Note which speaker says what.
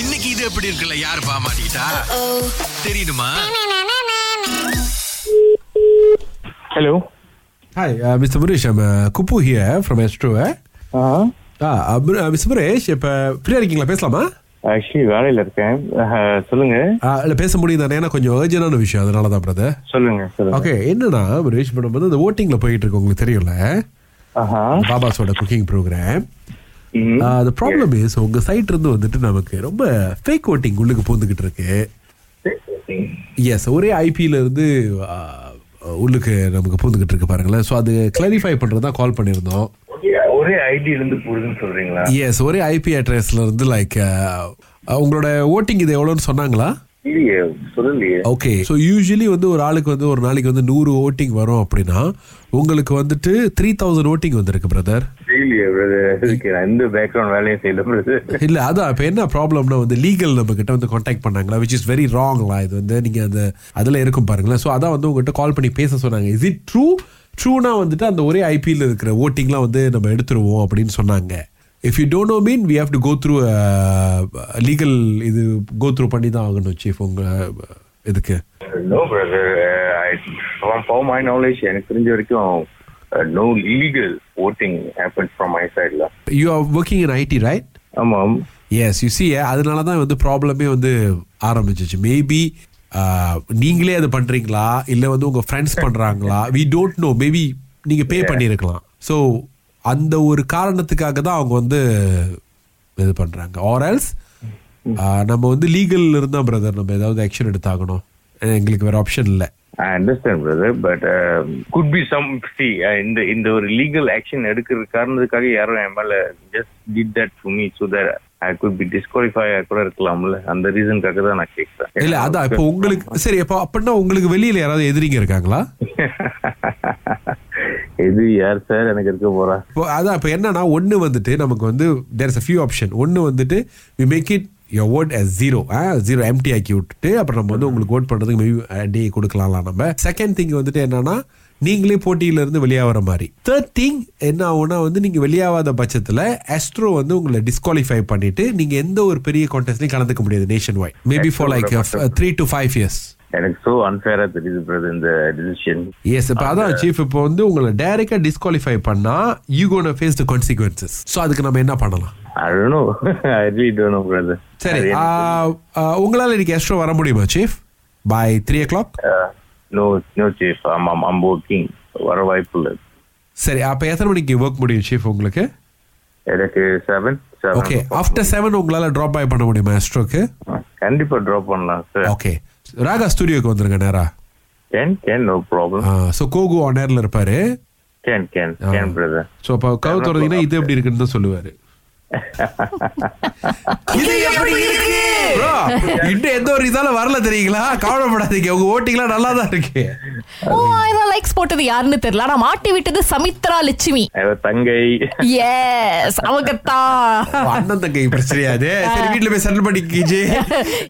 Speaker 1: இன்னைக்கு இது எப்படி இருக்குல்ல யார் பாமாட்டா தெரியுமா
Speaker 2: Hello.
Speaker 3: Hi, uh, Mr. Muresh. I'm uh, Kupu here from Astro. Eh?
Speaker 2: Uh-huh.
Speaker 3: Ah, uh, Mr. uh, Mr. Muresh, இப்போ ஃப்ரீயாக இருக்கீங்களா பேசலாமா
Speaker 2: ஆக்சுவலி வேலையில இருக்கேன் Uh, சொல்லுங்க
Speaker 3: Ah, இல்ல பேச முடியும் தானே ஏன்னா கொஞ்சம் அர்ஜென்டான விஷயம் அதனால தான் பிரதர்
Speaker 2: சொல்லுங்க சொல்லுங்க
Speaker 3: ஓகே என்னன்னா முரேஷ் இப்போ நம்ம வந்து அந்த ஓட்டிங்ல போயிட்டு இருக்கு உங்களுக்கு தெரியும்ல eh?
Speaker 2: ஆஹா
Speaker 3: பாபாஸோட குக்கிங் ப்ரோக்ராம்
Speaker 2: ம்.
Speaker 3: அந்த ப்ராப்ளம் இஸ் உங்க சைட் இருந்து வந்துட்டு நமக்கு ரொம்ப ஃபேக் ஓட்டிங் உள்ளுக்கு பூந்துக்கிட்டு இருக்கு எஸ் ஒரே ஐபியில இருந்து ஆ, உள்ளுக்கு நமக்கு பூந்துக்கிட்டு இருக்கு பாருங்களேன் ஸோ அது கிளாரிஃபை பண்றது தான் கால் பண்ணியிருந்தோம்
Speaker 2: ஒரே ஐடியில இருந்து போகுதுன்னு சொல்றீங்களா
Speaker 3: எஸ் ஒரே ஐபி அட்ரஸ்ல இருந்து லைக் உங்களோட ஓட்டிங் இது எவ்வளோன்னு சொன்னாங்களா
Speaker 2: இல்லையே சொல்லலையே
Speaker 3: ஓகே ஸோ யூஸ்வலி வந்து ஒரு ஆளுக்கு வந்து ஒரு நாளைக்கு வந்து நூறு ஓட்டிங் வரும் அப்படின்னா உங்களுக்கு வந்துட்டு த்ரீ தௌசண்ட் ஓட்டிங் வந்திருக்கு பிரதர்
Speaker 2: இல்லையே பிரதர் இதுக்கு நான் எந்த பேக்ரவுண்ட் வேலையும் செய்யல பிரதர்
Speaker 3: இல்ல அதான் இப்ப என்ன ப்ராப்ளம்னா வந்து லீகல் நம்ம கிட்ட வந்து காண்டாக்ட் பண்ணாங்களா which இஸ் வெரி ராங்லா இது வந்து நீங்க அந்த அதுல இருக்கும் பாருங்களேன் சோ அதான் வந்து உங்ககிட்ட கால் பண்ணி பேச சொன்னாங்க இஸ் இட் ட்ரூ ட்ரூனா வந்துட்டு அந்த ஒரே ஐபிஎல் இருக்கிற ஓட்டிங்லாம் வந்து நம்ம எடுத்துருவோம் அப்படின்னு சொன்னாங்க if you don't know mean we have to go through legal uh, இது கோ த்ரூ பண்ணி தான் ஆகணும் சீஃப் உங்க அஹ், இதுக்கு
Speaker 2: no brother for my knowledge எனக்கு தெரிஞ்ச வரைக்கும் uh, no legal voting happens from my சைட்ல
Speaker 3: you are working in IT right
Speaker 2: ஆமாம்
Speaker 3: எஸ் யூ சி eh, அதனால தான் வந்து ப்ராப்ளமே வந்து ஆரம்பிச்சிச்சு மேபி நீங்களே அது பண்றீங்களா இல்ல வந்து உங்க ஃப்ரெண்ட்ஸ் பண்றாங்களா வி டோன்ட் நோ மேபி நீங்க பே பண்ணியிருக்கலாம் ஸோ அந்த ஒரு காரணத்துக்காக தான் அவங்க வந்து இது பண்றாங்க ஆர் எல்ஸ் நம்ம வந்து லீகல் இருந்தா பிரதர் நம்ம ஏதாவது ஆக்ஷன் எடுத்தாகணும் அஹ் எங்களுக்கு வேற ஆப்ஷன் இல்லை
Speaker 2: I understand brother but could be some see இந்த இந்த ஒரு லீகல் ஆக்ஷன் எடுக்கிற காரணத்துக்காக யாரும் என் மேல just did that to me so that I could be disqualify கூட இருக்கலாம்ல அந்த ரீசனுக்காக தான் நான் கேட்கிறேன்
Speaker 3: இல்ல அதான் இப்போ உங்களுக்கு சரி இப்போ அப்படின்னா உங்களுக்கு வெளியில யாராவது எதிரிங்க இருக்காங்களா
Speaker 2: எது யார் சார் எனக்கு இருக்க போறா
Speaker 3: இப்போ அதான் இப்போ என்னன்னா ஒன்று வந்துட்டு நமக்கு வந்து there is a few option ஒன்று வந்துட்டு we make it your vote as zero zero empty ஆக்கி விட்டுட்டு அப்புறம் நம்ம வந்து உங்களுக்கு ஓட் பண்ணுறதுக்கு மேபி டே கொடுக்கலாம்லாம் நம்ம செகண்ட் திங் வந்துட்டு என்னன்னா நீங்களே போட்டியிலேருந்து வெளியாகிற மாதிரி தேர்ட் திங் என்ன ஆகும்னா வந்து நீங்கள் வெளியாகாத பட்சத்தில் அஸ்ட்ரோ வந்து உங்களை டிஸ்குவாலிஃபை பண்ணிட்டு நீங்கள் எந்த ஒரு பெரிய கான்டெஸ்ட்லையும் கலந்துக்க முடியாது nationwide maybe for like three to five years
Speaker 2: எனக்கு சோ அன்ஃபேரா தெரியுது பிரதர் இந்த டிசிஷன்
Speaker 3: எஸ் இப்போ அதான் சீஃப் இப்போ வந்து உங்களை டைரக்டா டிஸ்குவாலிஃபை பண்ணா you gonna face the consequences so அதுக்கு நம்ம என்ன பண்ணலாம்
Speaker 2: I don't no I really don't know brother
Speaker 3: சரி ஆ, ஆ, உங்களால இன்னைக்கு எஸ்ட்ரோ வர முடியுமா chief by three o'clock
Speaker 2: Uh, no no chief ஆமாம் ஐம் ஒர்க்கிங் வர வாய்ப்பு இல்லை
Speaker 3: சரி அப்ப எத்தனை மணிக்கு ஒர்க் முடியும் சீஃப் உங்களுக்கு
Speaker 2: எனக்கு seven
Speaker 3: okay
Speaker 2: seven
Speaker 3: after seven உங்களால ட்ராப் பை பண்ண முடியுமா எஸ்ட்ரோக்கு
Speaker 2: கண்டிப்பா ட்ராப் பண்ணலாம் சார்
Speaker 3: ஓகே ராகா ஸ்டுடியோக்கு வந்துருங்க நேரா
Speaker 2: can can no problem
Speaker 3: so Goku on ஏர்ல இருப்பாரு
Speaker 2: can can can brother
Speaker 3: so அப்போ கவு திறந்தீங்கன்னா இது எப்படி இருக்குன்னு தான் சொல்லுவாரு இது எப்படி இருக்கு Bro, இன்னும் எந்த ஒரு இதால வரல தெரியுங்களா கவலைப்படாதீங்க உங்க ஓட்டிங்லாம் நல்லா தான் இருக்கு
Speaker 4: ஓ ஆயிரம் லைக்ஸ் போட்டது யாருன்னு தெரியல ஆனா மாட்டி விட்டது சமித்ரா லட்சுமி
Speaker 2: தங்கை
Speaker 4: எஸ் அவங்க தான்
Speaker 3: அண்ணன் தங்கை பிரச்சனையாது சரி வீட்டுல போய் செட்டில் பண்ணிக்கிச்சு